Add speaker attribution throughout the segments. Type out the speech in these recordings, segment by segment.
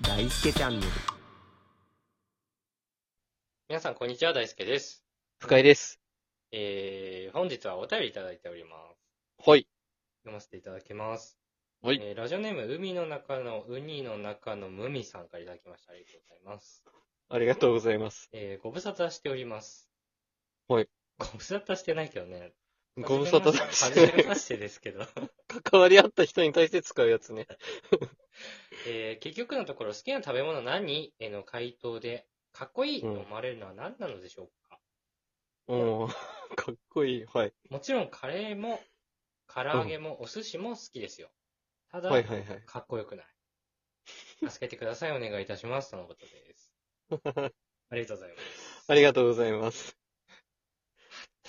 Speaker 1: 大輔チャンネル。
Speaker 2: 皆さん、こんにちは。大輔です。
Speaker 3: 深井です。
Speaker 2: えー、本日はお便りいただいております。
Speaker 3: はい。
Speaker 2: 読ませていただきます。
Speaker 3: はい
Speaker 2: えーラジオネーム、海の中の、ウニの中のムミさんからいただきました。ありがとうございます。
Speaker 3: ありがとうございます。
Speaker 2: えー、ご無沙汰しております。
Speaker 3: はい。
Speaker 2: ご無沙汰してないけどね。
Speaker 3: ご無沙汰だし
Speaker 2: はじめましてですけど。
Speaker 3: 関わり合った人に対して使うやつ ね。
Speaker 2: えー結局のところ、好きな食べ物何への回答で、かっこいいと思われるのは何なのでしょうか、
Speaker 3: うん。 かっこいい。はい。
Speaker 2: もちろん、カレーも、唐揚げも、お寿司も好きですよ。ただ、
Speaker 3: はいはいはい。
Speaker 2: かっこよくない。助けてください、お願いいたします。とのことです。ありがとうございます。
Speaker 3: ありがとうございます。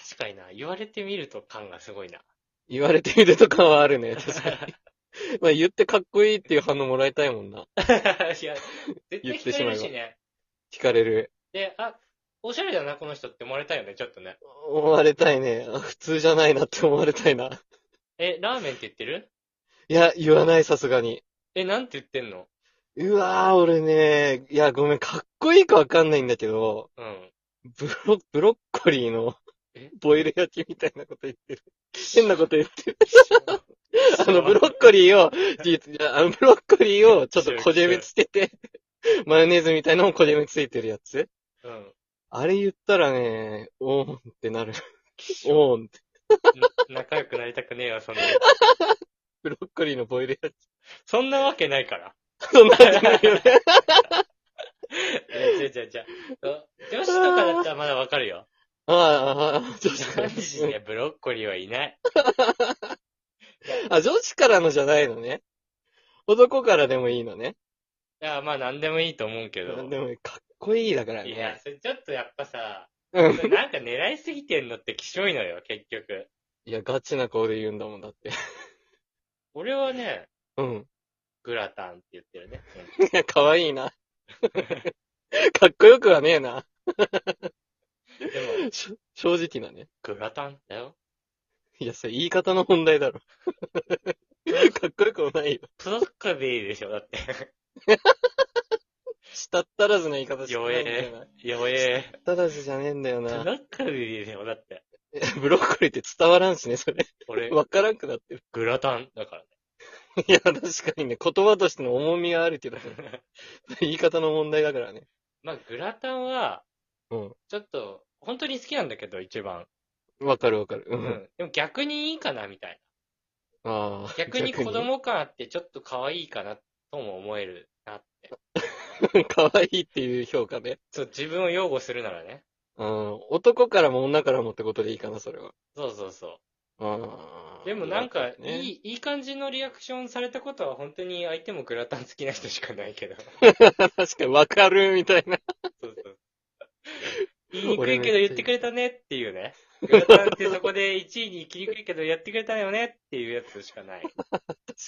Speaker 2: 確かにな、言われてみると感がすごいな。
Speaker 3: 言われてみると感はある ね。確かに。まあ言ってかっこいいっていう反応もらいたいもんな。
Speaker 2: いや、絶対
Speaker 3: 言っ
Speaker 2: 聞か
Speaker 3: てし
Speaker 2: れ
Speaker 3: まえ
Speaker 2: る
Speaker 3: ば
Speaker 2: しね。
Speaker 3: 惹かれる。
Speaker 2: で、あ、おしゃれだな、この人って思われたいよね、ちょっとね。
Speaker 3: 思われたいね。あ普通じゃないなって思われたいな。
Speaker 2: え、ラーメンって言ってる
Speaker 3: いや、言わないさすがに。
Speaker 2: え、なんて言ってんの
Speaker 3: うわー、俺ね、いや、ごめん、かっこいいかわかんないんだけど、
Speaker 2: うん。
Speaker 3: ブロ、ブロッコリーの
Speaker 2: え
Speaker 3: ボイル焼きみたいなこと言ってる。変なこと言ってる。 あの、ブロッ
Speaker 2: ク
Speaker 3: コリーを、じいやあの、ブロッコリーをちょっと焦げ目つけて、 マヨネーズみたいなのも焦げ目ついてるやつ
Speaker 2: うん。
Speaker 3: あれ言ったらね、おーんってなる。
Speaker 2: きしょ
Speaker 3: おーんって。
Speaker 2: な仲良くなりたくねえわ、そんな。
Speaker 3: ブロッコリーのボイル焼き。
Speaker 2: そんなわけないから。
Speaker 3: そんな味ない よね。
Speaker 2: いや、 違う違う違う。そう女子とかだったらまだわかるよ。
Speaker 3: あーあー、あー女子か
Speaker 2: 男子
Speaker 3: ら。
Speaker 2: ね、ブロッコリーはいない。
Speaker 3: あ、女子からのじゃないのね。男からでもいいのね。
Speaker 2: いや、まあ、なんでもいいと思うけど。
Speaker 3: でも、かっこいいだから
Speaker 2: いや
Speaker 3: ね、。
Speaker 2: それちょっとやっぱ さ、
Speaker 3: う
Speaker 2: なん
Speaker 3: ん。
Speaker 2: か狙いすぎてんのってきしょいのよ、結局。
Speaker 3: いや、ガチな顔で言うんだもんだって。
Speaker 2: 俺はね、
Speaker 3: うん。
Speaker 2: グラタンって言ってるね。
Speaker 3: いや、かわいいな。 かっこよくはねえな。
Speaker 2: うんでも、
Speaker 3: しょ正直なね。
Speaker 2: グラタンだよ。
Speaker 3: いや、それ言い方の問題だろ。 かっこよくもないよ。
Speaker 2: プロッコリーでしょ、だって。
Speaker 3: したったらずの言い方しかないんだよな。
Speaker 2: 弱え。
Speaker 3: したったらずじゃねえんだよ
Speaker 2: プロ
Speaker 3: な。
Speaker 2: ッコリーでしょ、だって。
Speaker 3: ブロッコリーって伝わらんしね、それ。
Speaker 2: 俺、
Speaker 3: わからんくなってる。
Speaker 2: グラタンだか
Speaker 3: いや、確かにね、言葉としての重みはあるけど、
Speaker 2: らね。
Speaker 3: 言い方の問題だからね。
Speaker 2: まあ、グラタンは、
Speaker 3: うん。
Speaker 2: ちょっと、本当に好きなんだけど、一番。
Speaker 3: わかるわかる。う。
Speaker 2: うんん。でも逆にいいかな、みたい
Speaker 3: ああ。
Speaker 2: な。逆に子 供感あって、ちょっと可愛いかな、とも思えるなって。
Speaker 3: に。かわいいっていう評価ね。
Speaker 2: そう、自分を擁護するならね。
Speaker 3: うん。男からも女からもってことでいいかな、それは。
Speaker 2: そうそうそう。
Speaker 3: ああ。
Speaker 2: でもなんか、
Speaker 3: ね
Speaker 2: いい、いい感じのリアクションされたことは本当に相手もグラタン好きな人しかないけど。
Speaker 3: 確かにわかるみたいな。
Speaker 2: そうそう。言いにくいけど言ってくれたねっていうね。 グラタンってそこで1位に行きにくいけどやってくれたよねっていうやつしか ない。確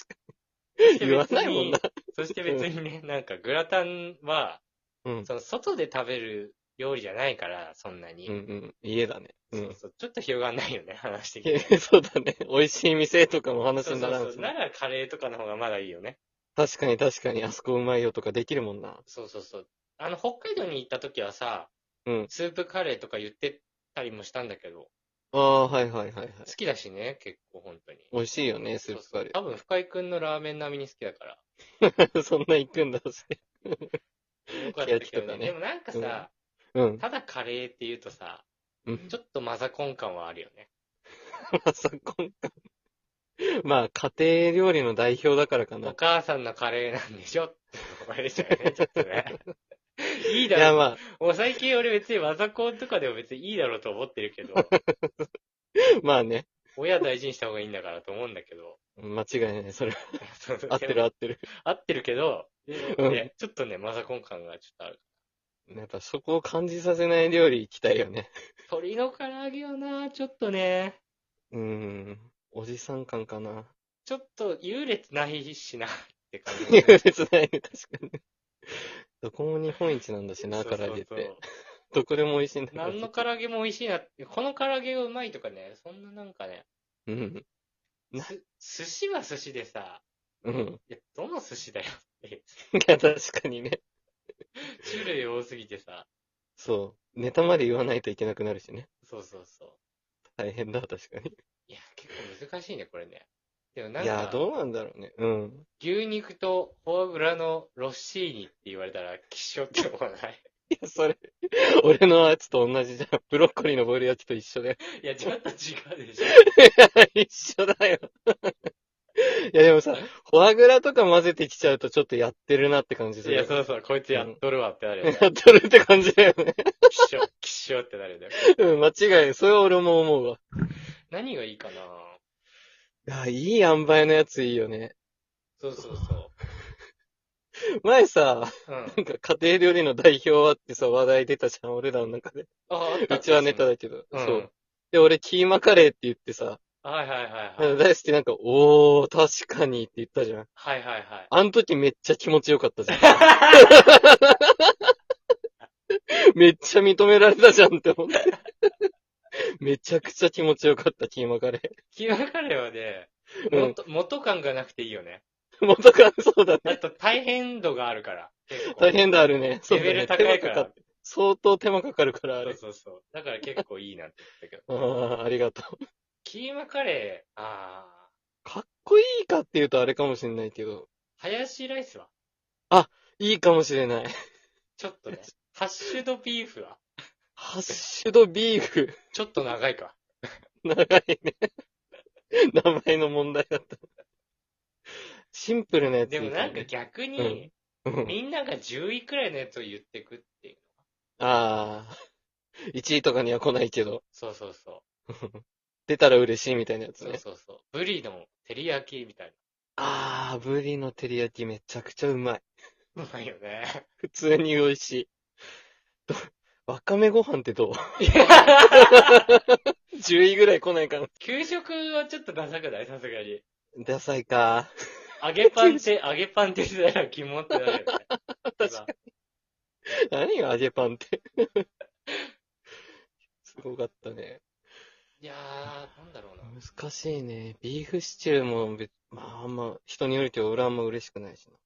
Speaker 3: 言わないもんな。
Speaker 2: そして別にね、なんかグラタンは、
Speaker 3: うん。
Speaker 2: その外で食べる料理じゃないから、そんなに。
Speaker 3: うんうん。家だね。う。
Speaker 2: そうんそう。ちょっと広がんないよね、話的 に。
Speaker 3: えそうだね。美味しい店とかも話
Speaker 2: そ
Speaker 3: に
Speaker 2: うそ
Speaker 3: なら
Speaker 2: うんそ
Speaker 3: し
Speaker 2: う。
Speaker 3: ね
Speaker 2: ならカレーとかの方がまだいいよね。
Speaker 3: 確かに確かに、あそこうまいよとかできるもんな。
Speaker 2: そうそうそう。あの、北海道に行った時はさ、
Speaker 3: うん
Speaker 2: スープカレーとか言ってたりもしたんだけど、
Speaker 3: ああ、はいはいはいはい。
Speaker 2: 好きだしね、結構本当に。
Speaker 3: 美味しいよね、スープ
Speaker 2: そう
Speaker 3: カレ
Speaker 2: そう多分、深井くんのラーメン並みに好きだから。
Speaker 3: ー。 そんな行くんだ、して。
Speaker 2: よかったけ
Speaker 3: 気が利く
Speaker 2: ど
Speaker 3: んだ
Speaker 2: ね。
Speaker 3: ね
Speaker 2: でもなんかさ、
Speaker 3: うん。
Speaker 2: ただカレーって言うとさ、
Speaker 3: うん
Speaker 2: ちょっとマザコン感はあるよね。
Speaker 3: まさこ んか。まあ、家庭料理の代表だからか
Speaker 2: お
Speaker 3: な。
Speaker 2: 母さんのカレーなんでしょって思われちゃうよね、ちょっと ね。いい
Speaker 3: いや、
Speaker 2: だろう。
Speaker 3: まあ、
Speaker 2: もう最近俺別にマザコンとかでも別にいいだろうと思ってるけど、
Speaker 3: まあね。
Speaker 2: 親大事にした方がいいんだからと思うんだけど。
Speaker 3: 間違いない。それは
Speaker 2: そうそう
Speaker 3: 合ってる合ってる。
Speaker 2: 合ってるけど、
Speaker 3: うん
Speaker 2: ねちょっとね、マザコン感がちょっとある。
Speaker 3: やっぱそこを感じさせない料理行きたいよね。
Speaker 2: 鶏の唐揚げはな、ちょっとね、
Speaker 3: うーん。おじさん感かな。
Speaker 2: ちょっと優劣ないしな、って感じ。
Speaker 3: 優劣ないね、確かに。どこも日本一なんだし な、
Speaker 2: そ
Speaker 3: 唐
Speaker 2: うそうそう
Speaker 3: 揚げって。どこでも美味しいんだから
Speaker 2: 何の唐揚げも美味しいなって、この唐揚げがうまいとかね、そんななんかね、
Speaker 3: うん。な
Speaker 2: す寿司は寿司でさ、
Speaker 3: うん。
Speaker 2: いやどの寿司だよっえ
Speaker 3: いや、確かにね。
Speaker 2: 種類多すぎてさ、
Speaker 3: そう。ネタまで言わないといけなくなるしね。
Speaker 2: そうそうそう。
Speaker 3: 大変だ、確かに。
Speaker 2: いや、結構難しいね、これね。でもなん
Speaker 3: いや、
Speaker 2: か、
Speaker 3: どうなんだろうね。うん。
Speaker 2: 牛肉とフォアグラのロッシーニって言われたら、希少って思わない。
Speaker 3: いや、それ、俺のやつと同じじゃん。ブロッコリーのボイルやつと一緒だよ。
Speaker 2: いや、ちょっと違うでしょ。
Speaker 3: 一緒だよ。いや、でもさ、フォアグラとか混ぜてきちゃうとちょっとやってるなって感じす
Speaker 2: い
Speaker 3: る。
Speaker 2: や、そうそう、こいつやっとるわってなるよね。
Speaker 3: やっとるって感じだよね。
Speaker 2: きしょ、きしょってなるよね。
Speaker 3: うん、間違いない。それは俺も思うわ。
Speaker 2: 何がいいかない
Speaker 3: や、いい塩梅のやついいよね。
Speaker 2: そうそうそ
Speaker 3: 前さ、
Speaker 2: う。うん。
Speaker 3: なんか家庭料理の代表はってさ、話題出たじゃん、俺らの中で。
Speaker 2: あ、あった
Speaker 3: うちはネタだけど。
Speaker 2: うん
Speaker 3: そう。で、俺、キーマカレーって言ってさ、
Speaker 2: はいはいはいはい。
Speaker 3: なんか大好きなんか、おー、確かにって言ったじゃん。
Speaker 2: はいはいはい。
Speaker 3: あの時めっちゃ気持ちよかっ たじゃん。めっちゃ認められたじゃんって思って。めちゃくちゃ気持ちよかった、キーマカレ
Speaker 2: キーマカレーはね、
Speaker 3: ー。う
Speaker 2: 元、元感がなくていいよね。
Speaker 3: ん。元からそうだ
Speaker 2: あ
Speaker 3: ね。
Speaker 2: と大変度があるから。結構
Speaker 3: 大変だあるね。そう
Speaker 2: レ
Speaker 3: だ
Speaker 2: ベ
Speaker 3: ね
Speaker 2: ル高いか
Speaker 3: 手間
Speaker 2: ら
Speaker 3: か。って相当手間かかるから、あ
Speaker 2: そう
Speaker 3: れ。
Speaker 2: そうそう。だから結構いいなって言ったけど。
Speaker 3: ああ、ありがとう。
Speaker 2: キーマカレー、あー、
Speaker 3: かっこいいかっていうとあれかもしれないけど、
Speaker 2: ハヤシライスはい
Speaker 3: いかもし れない。
Speaker 2: ちょっと ね。ハッシュドビーフは
Speaker 3: ハッシュドビーフ。
Speaker 2: ちょっと長いか。
Speaker 3: 長いね。名前の問題だった。シンプルなやつ
Speaker 2: でもなんか
Speaker 3: いい
Speaker 2: 逆に、
Speaker 3: うんねうん
Speaker 2: みんなが10位くらいのやつを言ってくっていう。
Speaker 3: ああ。1位とかには来ないけど、
Speaker 2: そうそうそう。
Speaker 3: 出たら嬉しいみたいなやつ
Speaker 2: そう
Speaker 3: ね。
Speaker 2: そうそう。ブリの照り焼きみたい
Speaker 3: ああ、ブリの照り焼きめちゃくちゃうまい。
Speaker 2: な。うまいよね。
Speaker 3: 普通に美味しい。どわかめご飯ってどう ?10 位ぐらい来ないかな。
Speaker 2: 給食はちょっとダサくないさすがに。
Speaker 3: ダサいか。
Speaker 2: 揚げパ ンって、揚げパンって言ったら肝ってな るよね。今
Speaker 3: 何よ、揚げパンって。 すごかったね。
Speaker 2: いやー、なんだろうな。
Speaker 3: 難しいね。ビーフシチューも別、まあ、あんま、人によるけど、俺はあんま嬉しくないしな。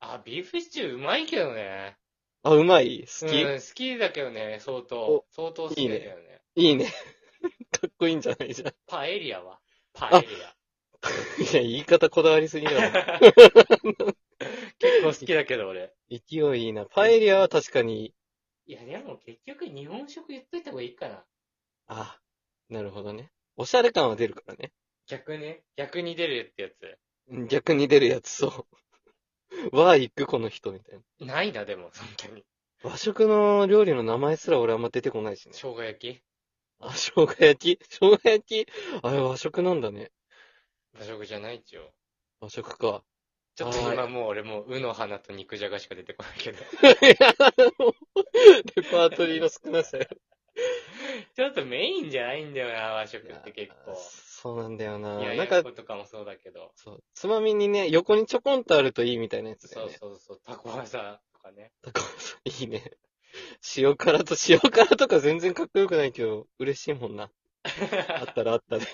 Speaker 2: あ、ビーフシチューうまいけどね。
Speaker 3: あ、うまい好き、
Speaker 2: うん、好きだけどね、相当
Speaker 3: お。
Speaker 2: 相当好きだけどね。
Speaker 3: いいね。 かっこいいんじゃないじゃん。
Speaker 2: パエリアはパエリ
Speaker 3: いや、言い方こだわりすぎだ
Speaker 2: ア。
Speaker 3: ろ。
Speaker 2: 結構好きだけど俺。
Speaker 3: 勢いいいな。パエリアは確かにいい。
Speaker 2: いや、でも結局日本食言っといた方がいいかな。
Speaker 3: あ、なるほどね。おしゃれ感は出るからね。
Speaker 2: 逆ね。逆に出るってやつ。
Speaker 3: うん逆に出るやつ、そう。 わあ、行く、この人、みたいな。
Speaker 2: ないな、でも、そんなに。
Speaker 3: 和食の料理の名前すら俺あんま出てこないしね。
Speaker 2: 生姜焼き
Speaker 3: あ、生姜焼き生姜焼きあれ和食なんだね。
Speaker 2: 和食じゃないっちよ。
Speaker 3: 和食 か。
Speaker 2: ちょっと
Speaker 3: はい
Speaker 2: 今もう俺もう、うの花と肉じゃがしか出てこない けど。
Speaker 3: いやもうレパートリーの少なさよ。
Speaker 2: ちょっとメインじゃないんだよな、和食って結
Speaker 3: そうなんだよな。
Speaker 2: 構。いや、
Speaker 3: な
Speaker 2: や
Speaker 3: んか
Speaker 2: っ、ことかもそうだけど。
Speaker 3: そう、つまみにね、横にちょこんとあるといいみたいなやつだ
Speaker 2: そ
Speaker 3: よ
Speaker 2: う
Speaker 3: ね。
Speaker 2: そうそう、タコワサとか ね。
Speaker 3: だからそういいね。塩辛と塩辛とか全然かっこよくないけど、嬉しいもんな。あったらあったで。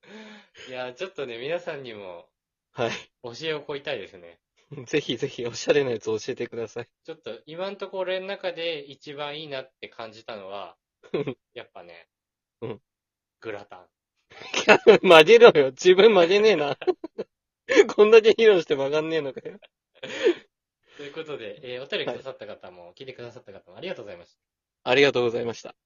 Speaker 2: いや、ちょっとね、皆さんにも
Speaker 3: はい。
Speaker 2: 教えを請いたいですね。
Speaker 3: ぜひぜひおしゃれなやつ教えてください。
Speaker 2: ちょっと今んとこ俺の中で一番いいなって感じたのは
Speaker 3: うん、
Speaker 2: やっぱね、
Speaker 3: うん
Speaker 2: グラタン。
Speaker 3: 曲げろよ。自分曲げねえな。 こんだけ披露して曲がんねえのかよ。
Speaker 2: ということで、えーお便りくださった方も、聞いてくださった方もありがとうございました。
Speaker 3: ありがとうございました。